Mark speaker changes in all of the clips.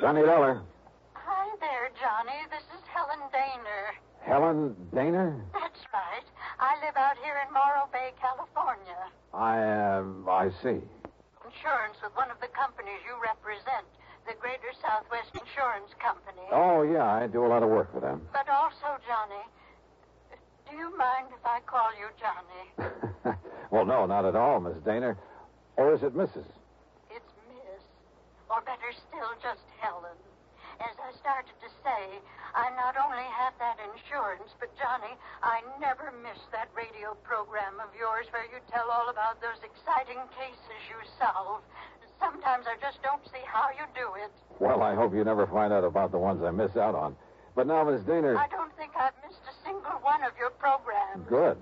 Speaker 1: Sonny Leller.
Speaker 2: Hi there, Johnny. This is Helen Daner.
Speaker 1: Helen Daner?
Speaker 2: That's right. I live out here in Morro Bay, California.
Speaker 1: I, uh, I see.
Speaker 2: Insurance with one of the companies you represent, the Greater Southwest Insurance Company.
Speaker 1: Oh, yeah, I do a lot of work for them.
Speaker 2: But also, Johnny, do you mind if I call you Johnny?
Speaker 1: well, no, not at all, Miss Daner. Or is it Mrs.?
Speaker 2: It's Miss, or better still, just Helen. As I started to say, I not only have that insurance, but Johnny, I never miss that radio program of yours where you tell all about those exciting cases you solve. Sometimes I just don't see how you do it.
Speaker 1: Well, I hope you never find out about the ones I miss out on. But now, Miss Daner.
Speaker 2: I don't think I've missed a single one of your programs.
Speaker 1: Good.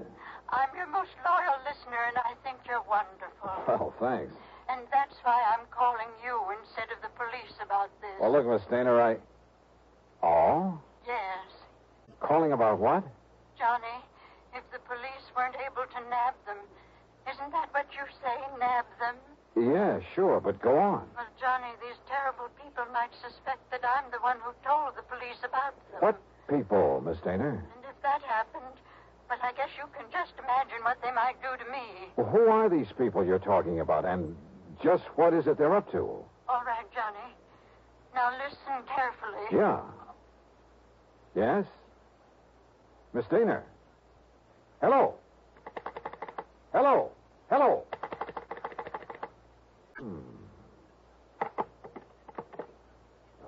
Speaker 2: I'm your most loyal listener, and I think you're wonderful.
Speaker 1: Well, thanks.
Speaker 2: And that's why I'm calling you instead of the police about this.
Speaker 1: Well, look, Miss Daner, I. Oh?
Speaker 2: Yes.
Speaker 1: Calling about what?
Speaker 2: Johnny, if the police weren't able to nab them, isn't that what you say, nab them?
Speaker 1: Yeah, sure, but go on.
Speaker 2: Well, Johnny, these terrible people might suspect that I'm the one who told the police about them.
Speaker 1: What people, Miss Daner?
Speaker 2: And if that happened, well, I guess you can just imagine what they might do to me.
Speaker 1: Well, who are these people you're talking about, and just what is it they're up to?
Speaker 2: All right, Johnny. Now listen carefully.
Speaker 1: Yeah. Yes? Miss Daner. Hello. Hello. Hello. Hmm.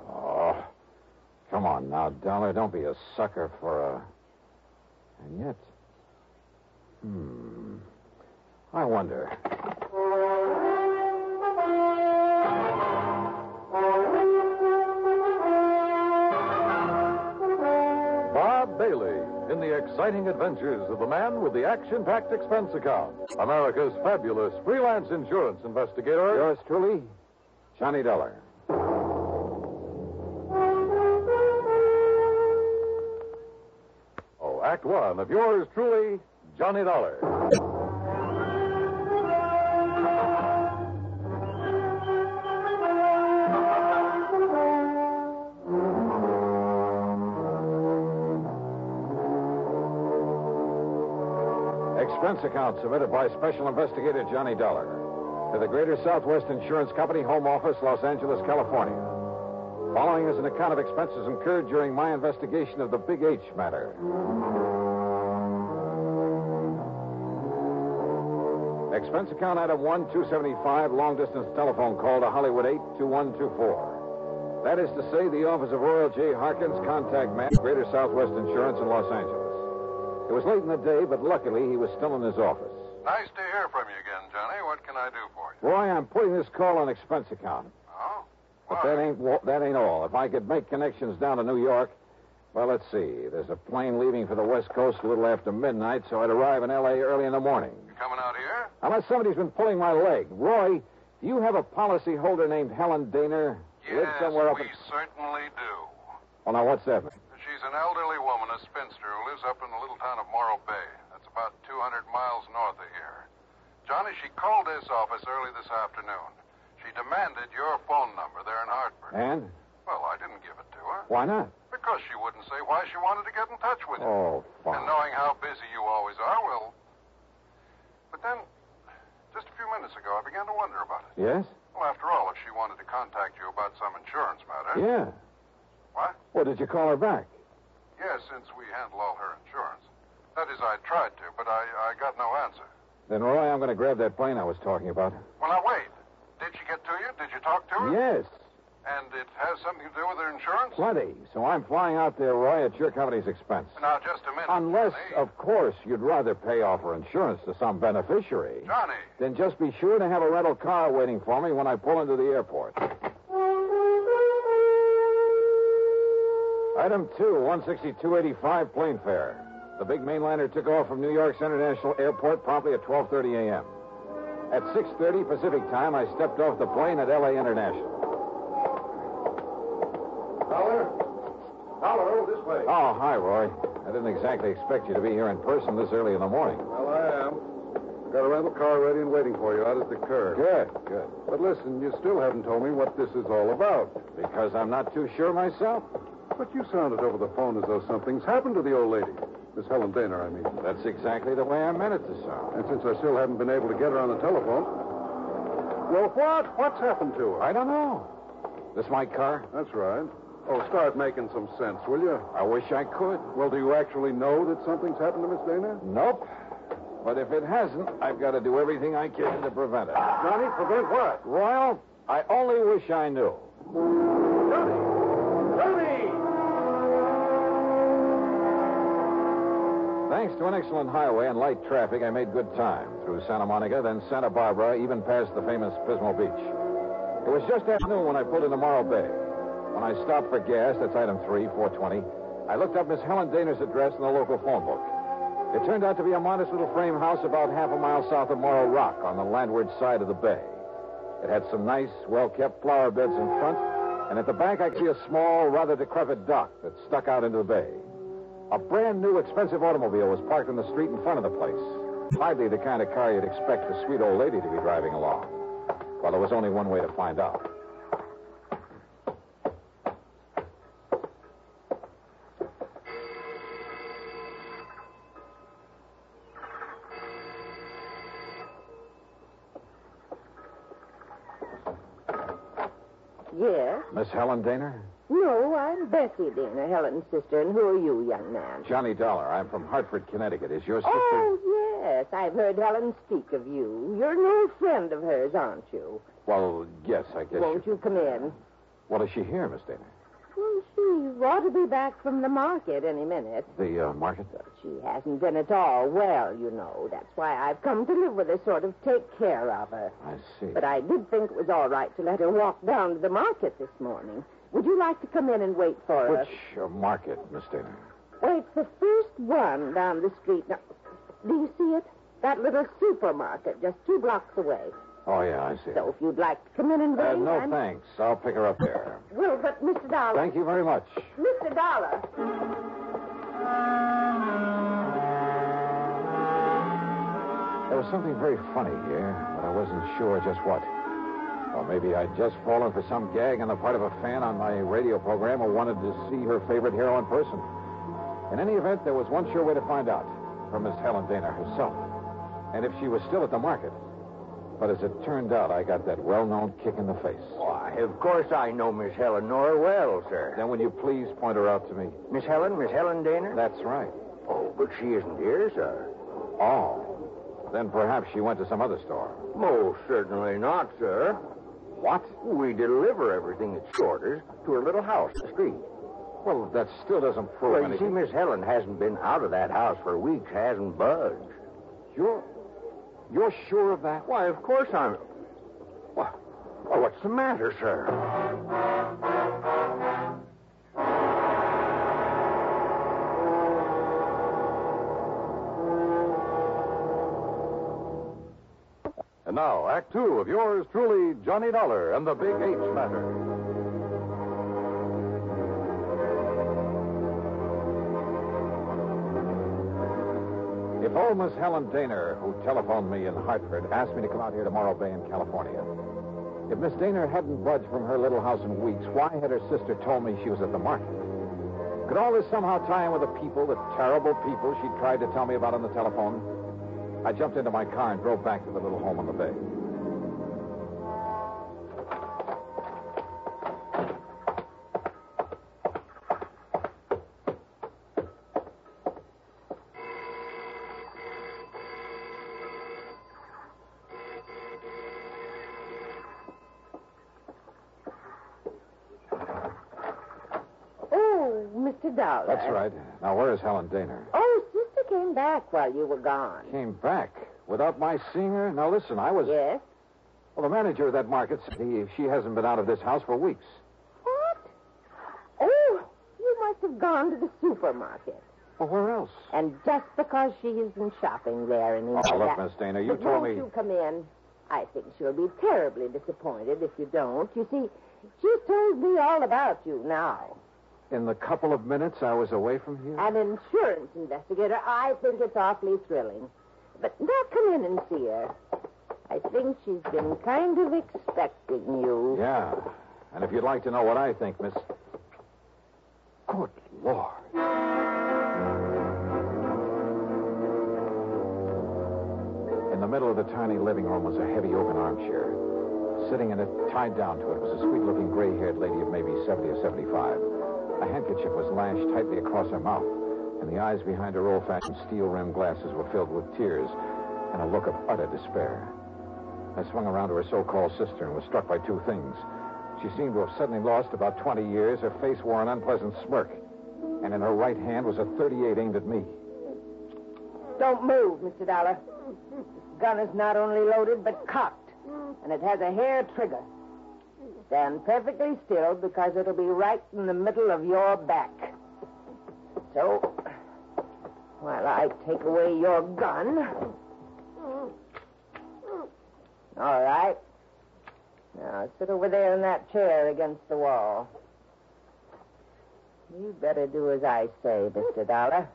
Speaker 1: Oh. Come on now, Dollar. Don't be a sucker for a. And yet. Hmm. I wonder.
Speaker 3: Bob Bailey in the exciting adventures of the man with the action packed expense account. America's fabulous freelance insurance investigator.
Speaker 1: Yours truly, Johnny Dollar.
Speaker 3: Oh, Act One of yours truly, Johnny Dollar.
Speaker 1: Expense account submitted by Special Investigator Johnny Dollar to the Greater Southwest Insurance Company Home Office, Los Angeles, California. Following is an account of expenses incurred during my investigation of the Big H matter. Expense account item 1275, long distance telephone call to Hollywood 82124. That is to say, the office of Royal J. Harkins, contact man, Greater Southwest Insurance in Los Angeles. It was late in the day, but luckily he was still in his office.
Speaker 4: Nice to hear from you again, Johnny. What can I do for you?
Speaker 1: Roy, I'm putting this call on expense account.
Speaker 4: Oh?
Speaker 1: But that ain't wa- that ain't all. If I could make connections down to New York, well, let's see. There's a plane leaving for the West Coast a little after midnight, so I'd arrive in L.A. early in the morning.
Speaker 4: You coming out here?
Speaker 1: Unless somebody's been pulling my leg. Roy, do you have a policy holder named Helen Daner? Lives
Speaker 4: yes,
Speaker 1: somewhere up
Speaker 4: we
Speaker 1: in.
Speaker 4: certainly do.
Speaker 1: Well, now what's that?
Speaker 4: She's an elderly woman, a spinster, who lives up in the little town of Morro Bay. That's about 200 miles north of here. Johnny, she called this office early this afternoon. She demanded your phone number there in Hartford.
Speaker 1: And
Speaker 4: Well, I didn't give it to her
Speaker 1: why not?
Speaker 4: because she wouldn't say why she wanted to get in touch with you.
Speaker 1: Oh,
Speaker 4: And
Speaker 1: fine.
Speaker 4: knowing how busy you always are, well. But then, just a few minutes ago, I began to wonder about it.
Speaker 1: Yes?
Speaker 4: Well, after all, if she wanted to contact you about some insurance matter.
Speaker 1: Yeah.
Speaker 4: What?
Speaker 1: Well, did you call her back?
Speaker 4: Yes, since we handle all her insurance. That is, I tried to, but I, I got no answer.
Speaker 1: Then, Roy, I'm going to grab that plane I was talking about.
Speaker 4: Well, now, wait. Did she get to you? Did you talk to her?
Speaker 1: Yes,
Speaker 4: And it has something to do with her insurance?
Speaker 1: plenty. So I'm flying out there, Roy, at your company's expense.
Speaker 4: Now, just a minute.
Speaker 1: Unless,
Speaker 4: Johnny.
Speaker 1: of course, you'd rather pay off her insurance to some beneficiary.
Speaker 4: Johnny.
Speaker 1: Then just be sure to have a rental car waiting for me when I pull into the airport. Item two, 162.85 plane fare. The big mainliner took off from New York's International Airport promptly at 12:30 a.m. At 6:30 Pacific time, I stepped off the plane at LA International.
Speaker 3: Dollar? Dollar, over this way.
Speaker 1: Oh, hi, Roy. I didn't exactly expect you to be here in person this early in the morning.
Speaker 3: Well, I am.
Speaker 5: Got a rental car ready and waiting for you out at the curb.
Speaker 1: Good, good.
Speaker 5: But listen, you still haven't told me what this is all about.
Speaker 1: Because I'm not too sure myself.
Speaker 5: But you sounded over the phone as though something's happened to the old lady. Miss Helen Dana, I mean.
Speaker 1: That's exactly the way I meant it to sound.
Speaker 5: And since I still haven't been able to get her on the telephone. Well, what? What's happened to her?
Speaker 1: I don't know. This my car?
Speaker 5: That's right. Oh, start making some sense, will you?
Speaker 1: I wish I could.
Speaker 5: Well, do you actually know that something's happened to Miss Dana?
Speaker 1: Nope. But if it hasn't, I've got to do everything I can to prevent it.
Speaker 5: Johnny, prevent what?
Speaker 1: Royal, I only wish I knew.
Speaker 5: Johnny! Johnny!
Speaker 1: Thanks to an excellent highway and light traffic, I made good time through Santa Monica, then Santa Barbara, even past the famous Pismo Beach. It was just afternoon when I pulled into Morro Bay. When I stopped for gas, that's item three, 420, I looked up Miss Helen Dana's address in the local phone book. It turned out to be a modest little frame house about half a mile south of Morro Rock on the landward side of the bay. It had some nice, well kept flower beds in front, and at the back I could see a small, rather decrepit dock that stuck out into the bay. A brand new, expensive automobile was parked in the street in front of the place. Hardly the kind of car you'd expect the sweet old lady to be driving along. Well, there was only one way to find out.
Speaker 6: Yes?
Speaker 1: Miss Helen Daner?
Speaker 6: No, I'm Bessie Dana, Helen's sister. And who are you, young man?
Speaker 1: Johnny Dollar. I'm from Hartford, Connecticut. Is your sister?
Speaker 6: Oh, yes. I've heard Helen speak of you. You're an old friend of hers, aren't you?
Speaker 1: Well, yes, I guess.
Speaker 6: Won't you come in?
Speaker 1: Well, is she here, Miss Daner?
Speaker 6: Well, she ought to be back from the market any minute.
Speaker 1: The uh, market?
Speaker 6: She hasn't been at all well, you know. That's why I've come to live with her, sort of take care of her.
Speaker 1: I see.
Speaker 6: But I did think it was all right to let her walk down to the market this morning. Would you like to come in and wait for her?
Speaker 1: Which uh, market, Miss Daner?
Speaker 6: Well, it's the first one down the street. Now, do you see it? That little supermarket just two blocks away.
Speaker 1: Oh, yeah, I see.
Speaker 6: So if you'd like to come in and wait,
Speaker 1: Uh, no,
Speaker 6: I'm...
Speaker 1: thanks. I'll pick her up there.
Speaker 6: Well, but Mr. Dollar...
Speaker 1: Thank you very much.
Speaker 6: Mr. Dollar...
Speaker 1: There was something very funny here, but I wasn't sure just what. Or maybe I'd just fallen for some gag on the part of a fan on my radio program who wanted to see her favorite hero in person. In any event, there was one sure way to find out from Miss Helen Dana herself, and if she was still at the market. But as it turned out, I got that well known kick in the face.
Speaker 7: Why, of course I know Miss Helen Nora well, sir.
Speaker 1: Then will you please point her out to me?
Speaker 7: Miss Helen, Miss Helen Dana?
Speaker 1: That's right.
Speaker 7: Oh, but she isn't here, sir.
Speaker 1: Oh. Then perhaps she went to some other store.
Speaker 7: Most certainly not, sir.
Speaker 1: What?
Speaker 7: We deliver everything that's shorters to her little house the street.
Speaker 1: Well, that still doesn't prove
Speaker 7: Well, you see,
Speaker 1: anything.
Speaker 7: Miss Helen hasn't been out of that house for weeks, hasn't budged.
Speaker 1: You're you're sure of that?
Speaker 7: Why, of course I'm. Why, why, what's the matter, sir?
Speaker 3: And now, Act Two of yours truly, Johnny Dollar and the Big H Matter.
Speaker 1: If old Miss Helen Daner, who telephoned me in Hartford, asked me to come out here to Morro Bay in California, if Miss Daner hadn't budged from her little house in weeks, why had her sister told me she was at the market? Could all this somehow tie in with the people, the terrible people she tried to tell me about on the telephone? I jumped into my car and drove back to the little home on the bay.
Speaker 6: Oh, Mr. Dollar.
Speaker 1: That's right. Now, where is Helen Daner?
Speaker 6: Oh, sister came back while you were gone.
Speaker 1: Came back without my seeing her? Now, listen, I was.
Speaker 6: Yes?
Speaker 1: Well, the manager of that market said he, she hasn't been out of this house for weeks.
Speaker 6: What? Oh, you must have gone to the supermarket.
Speaker 1: Well, where else?
Speaker 6: And just because she has been shopping there and
Speaker 1: Oh, look, Miss Dana, you
Speaker 6: but
Speaker 1: told
Speaker 6: won't
Speaker 1: me-
Speaker 6: you come in? I think she'll be terribly disappointed if you don't. You see, she's told me all about you now.
Speaker 1: In the couple of minutes I was away from here?
Speaker 6: An insurance investigator, I think it's awfully thrilling. But now come in and see her. I think she's been kind of expecting you.
Speaker 1: Yeah. And if you'd like to know what I think, Miss.
Speaker 7: Good Lord.
Speaker 1: In the middle of the tiny living room was a heavy open armchair. Sitting in it, tied down to it, was a sweet looking gray haired lady of maybe 70 or 75. A handkerchief was lashed tightly across her mouth, and the eyes behind her old fashioned steel rimmed glasses were filled with tears and a look of utter despair. I swung around to her so called sister and was struck by two things. She seemed to have suddenly lost about 20 years. Her face wore an unpleasant smirk, and in her right hand was a 38 aimed at me.
Speaker 6: Don't move, Mr. Dollar. This gun is not only loaded, but cocked, and it has a hair trigger. Stand perfectly still because it'll be right in the middle of your back. So, while I take away your gun. All right. Now, sit over there in that chair against the wall. You better do as I say, Mr. Dollar.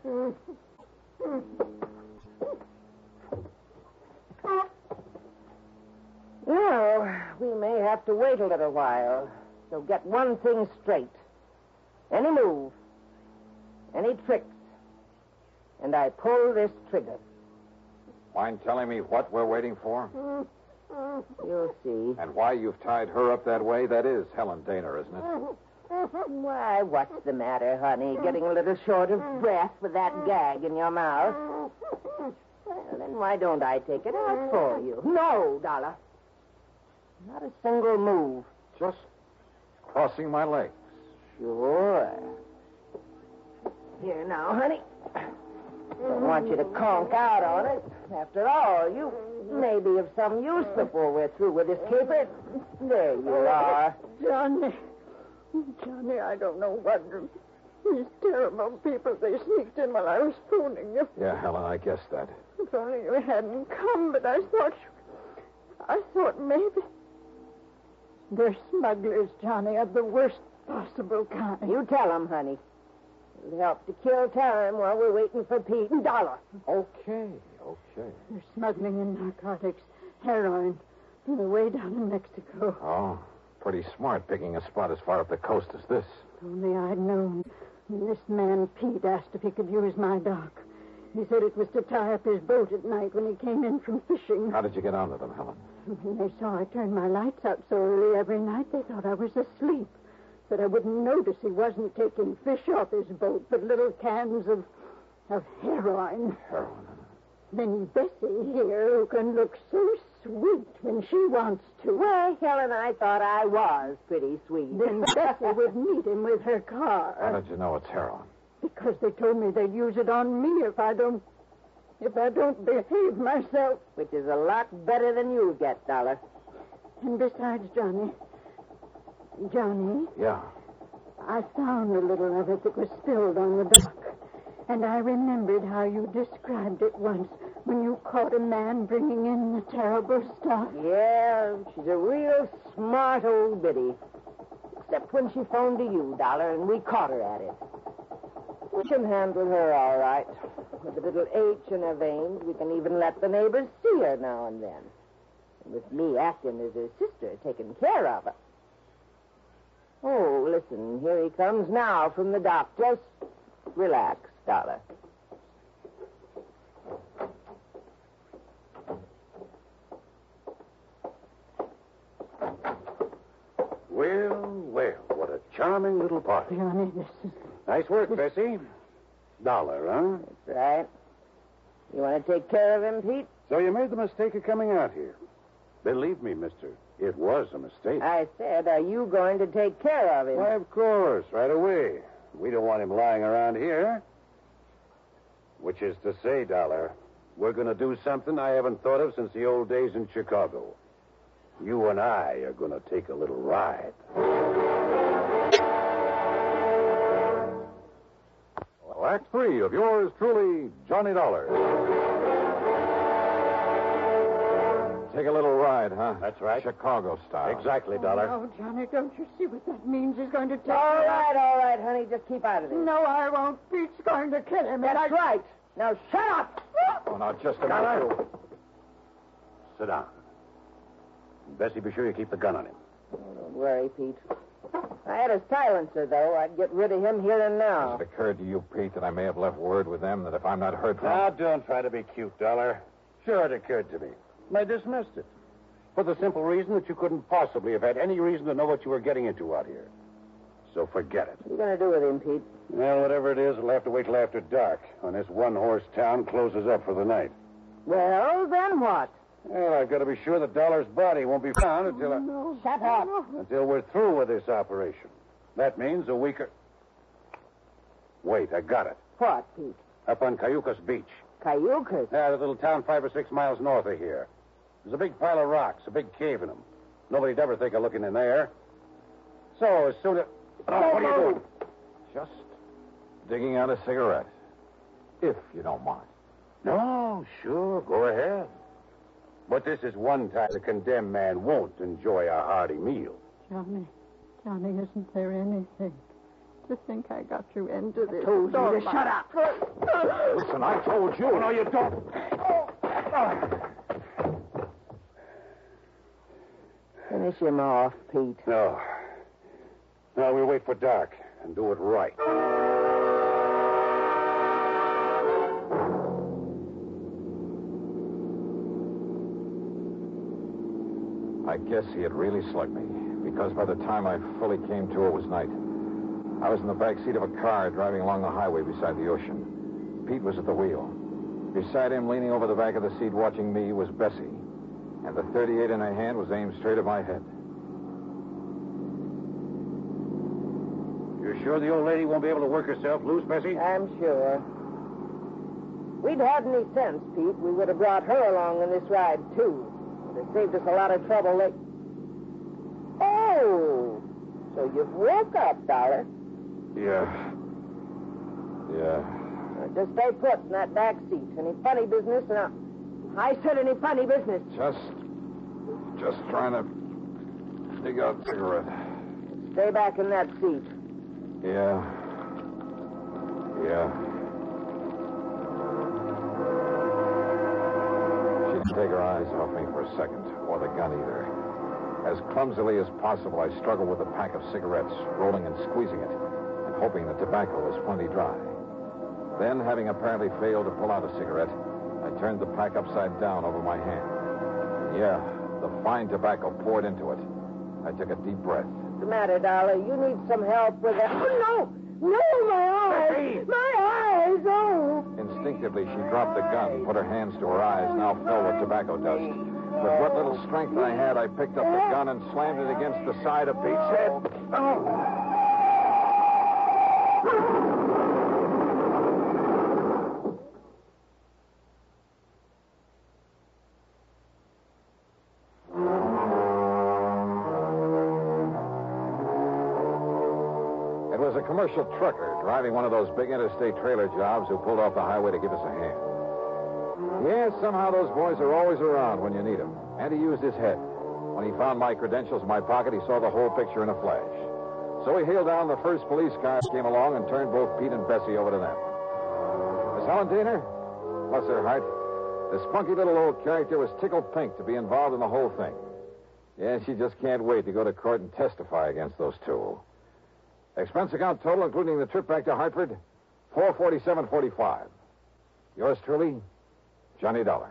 Speaker 6: Well, we may have to wait a little while. So get one thing straight. Any move, any tricks, and I pull this trigger.
Speaker 1: Mind telling me what we're waiting for?
Speaker 6: You'll see.
Speaker 1: And why you've tied her up that way? That is Helen Dana, isn't it?
Speaker 6: Why, what's the matter, honey? Getting a little short of breath with that gag in your mouth? Well, then why don't I take it out for you? No, Dollar. Not a single move.
Speaker 1: Just crossing my legs.
Speaker 6: Sure. Here now, honey. Don't want you to conk out on it. After all, you may be of some use before we're through with this caper. There you are.
Speaker 8: Johnny. Johnny, I don't know what. These terrible people, they sneaked in while I was spooning you.
Speaker 1: Yeah, Helen, I guessed that.
Speaker 8: If only you hadn't come, but I thought you. I thought maybe. They're smugglers, Johnny, of the worst possible kind.
Speaker 6: You tell 'em, honey. It'll help to kill time while we're waiting for Pete and Dollar.
Speaker 1: Okay, okay.
Speaker 8: They're smuggling in narcotics, heroin, from the way down in Mexico.
Speaker 1: Oh, pretty smart picking a spot as far up the coast as this.
Speaker 8: If Only I'd known. When This man Pete asked if he could use my dock. He said it was to tie up his boat at night when he came in from fishing.
Speaker 1: How did you get onto them, Helen?
Speaker 8: When they saw I turned my lights out so early every night, they thought I was asleep. That I wouldn't notice he wasn't taking fish off his boat, but little cans of of heroin.
Speaker 1: Heroin.
Speaker 8: Then Bessie here, who can look so sweet when she wants to.
Speaker 6: Well, Helen, I thought I was pretty sweet.
Speaker 8: Then Bessie would meet him with her car
Speaker 1: How did you know it's heroin?
Speaker 8: because they told me they'd use it on me if I don't if I don't behave myself.
Speaker 6: Which is a lot better than you get, Dollar.
Speaker 8: And besides, Johnny, Johnny,
Speaker 1: Yeah.
Speaker 8: I found a little of it that was spilled on the dock, and I remembered how you described it once when you caught a man bringing in the terrible stuff.
Speaker 6: Yeah, she's a real smart old biddy. Except when she phoned to you, Dollar, and we caught her at it. We can handle her all right. With a little H in her veins, we can even let the neighbors see her now and then. And with me acting as her sister, taking care of her. Oh, listen, here he comes now from the dock. Just relax, Dollar.
Speaker 7: Well, well, what a charming little party.
Speaker 8: Johnny, this is
Speaker 7: Nice work, Bessie. Dollar, huh?
Speaker 6: Right? You want to take care of him, Pete?
Speaker 7: So you made the mistake of coming out here. Believe me, mister, it was a mistake.
Speaker 6: I said, are you going to take care of him?
Speaker 7: Why, of course, right away. We don't want him lying around here. Which is to say, Dollar, we're going to do something I haven't thought of since the old days in Chicago. You and I are going to take a little ride.
Speaker 3: Well, Act Three of yours truly, Johnny Dollar.
Speaker 1: Take a little ride, huh?
Speaker 7: That's right.
Speaker 1: Chicago style.
Speaker 7: Exactly, Dollar.
Speaker 8: Oh, Johnny, don't you see what that means? He's going to take.
Speaker 6: All right, all right, honey. Just keep out of it.
Speaker 8: No, I won't. Pete's going to kill him. and
Speaker 6: That's
Speaker 8: I...
Speaker 6: right. Now shut up.
Speaker 1: Oh, now, just a
Speaker 7: Dollar.
Speaker 1: minute.
Speaker 7: Sit down. And Bessie, be sure you keep the gun on him.
Speaker 6: Don't worry, Pete. If I had a silencer, though, I'd get rid of him here and now.
Speaker 1: Has it occurred to you, Pete, that I may have left word with them that if I'm not heard from,
Speaker 7: Now, don't try to be cute, Dollar. Sure, it occurred to me. And I dismissed it. For the simple reason that you couldn't possibly have had any reason to know what you were getting into out here. So forget it.
Speaker 6: What are you going to do with him, Pete?
Speaker 7: Well, whatever it is, we'll have to wait till after dark when this one horse town closes up for the night.
Speaker 6: Well, then what?
Speaker 7: Well, I've got to be sure that Dollar's body won't be found until I,
Speaker 6: Shut up.
Speaker 7: until we're through with this operation. That means a week or. Wait, I got it.
Speaker 6: What, Pete?
Speaker 7: Up on Cayucas Beach.
Speaker 6: Cayucas.
Speaker 7: Yeah, uh, the little town five or six miles north of here. There's a big pile of rocks, a big cave in them. Nobody'd ever think of looking in there. So, as soon as. Oh, what are you doing?
Speaker 1: just digging out a cigarette, if you don't mind.
Speaker 7: No, sure, go ahead. But this is one time the condemned man won't enjoy a hearty meal.
Speaker 8: Johnny, Johnny, isn't there anything? To think I got you into this.
Speaker 6: told you to shut
Speaker 8: up.
Speaker 1: Listen, I told you.
Speaker 7: Oh,
Speaker 1: Oh.
Speaker 7: no, you don't.
Speaker 6: Finish him off, Pete.
Speaker 7: No. No, we'll wait for dark and do it right.
Speaker 1: I guess he had really slugged me, because by the time I fully came to, it was night. I was in the back seat of a car driving along the highway beside the ocean. Pete was at the wheel. Beside him, leaning over the back of the seat, watching me, was Bessie, and the 38 in her hand was aimed straight at my head.
Speaker 7: You're sure the old lady won't be able to work herself loose, Bessie?
Speaker 6: I'm sure. We'd had any sense, Pete, we would have brought her along in this ride, too. It saved us a lot of trouble. They... Oh! So you've woke up, Dollar.
Speaker 1: Yeah. Yeah.
Speaker 6: Now, Uh, Just stay put in that back seat. Any funny business? Now, I said any funny business.
Speaker 1: Just. Just trying to dig out a cigarette.
Speaker 6: Stay back in that seat.
Speaker 1: Yeah. Yeah. She didn't take her eyes off me for a second, or the gun either. As clumsily as possible, I struggled with a pack of cigarettes, rolling and squeezing it, and hoping the tobacco was plenty dry. Then, having apparently failed to pull out a cigarette, I turned the pack upside down over my hand. Yeah, the fine tobacco poured into it. I took a deep breath.
Speaker 6: What's the matter, Dollar? You need some help with that. Oh, no! No, my eyes! My eyes! Oh!
Speaker 1: Instinctively, she dropped the gun, put her hands to her eyes, now filled with tobacco dust. With what little strength I had, I picked up the gun and slammed it against the side of Pete's head. It was a commercial trucker driving one of those big interstate trailer jobs who pulled off the highway to give us a hand. Yes, somehow those boys are always around when you need them. And he used his head. When he found my credentials in my pocket, he saw the whole picture in a flash. So he hailed down the first police car that came along and turned both Pete and Bessie over to them. Miss Helen Diener? Bless her heart. The spunky little old character was tickled pink to be involved in the whole thing. Yeah, she just can't wait to go to court and testify against those two. Expense account total, including the trip back to Hartford, four forty-seven forty-five. Yours truly, Johnny Dollar.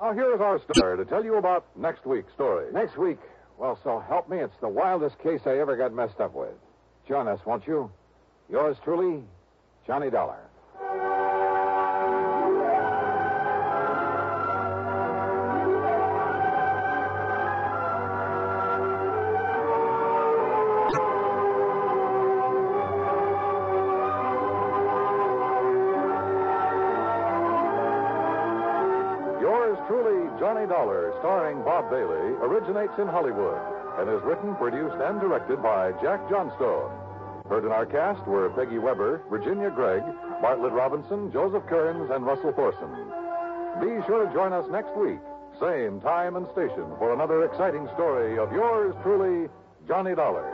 Speaker 3: Now, here is our star to tell you about next week's story.
Speaker 1: Next week, well, so help me, it's the wildest case I ever got messed up with. Join us, won't you? Yours truly, Johnny Dollar.
Speaker 3: Yours truly, Johnny Dollar, starring Bob Bailey, originates in Hollywood and is written, produced, and directed by Jack Johnstone. Heard in our cast were Peggy Weber, Virginia Gregg, Bartlett Robinson, Joseph Kearns, and Russell Thorson. Be sure to join us next week,
Speaker 1: same time and station for another exciting story of yours truly, Johnny Dollar.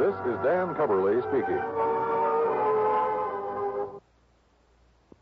Speaker 1: This is Dan Coverly speaking.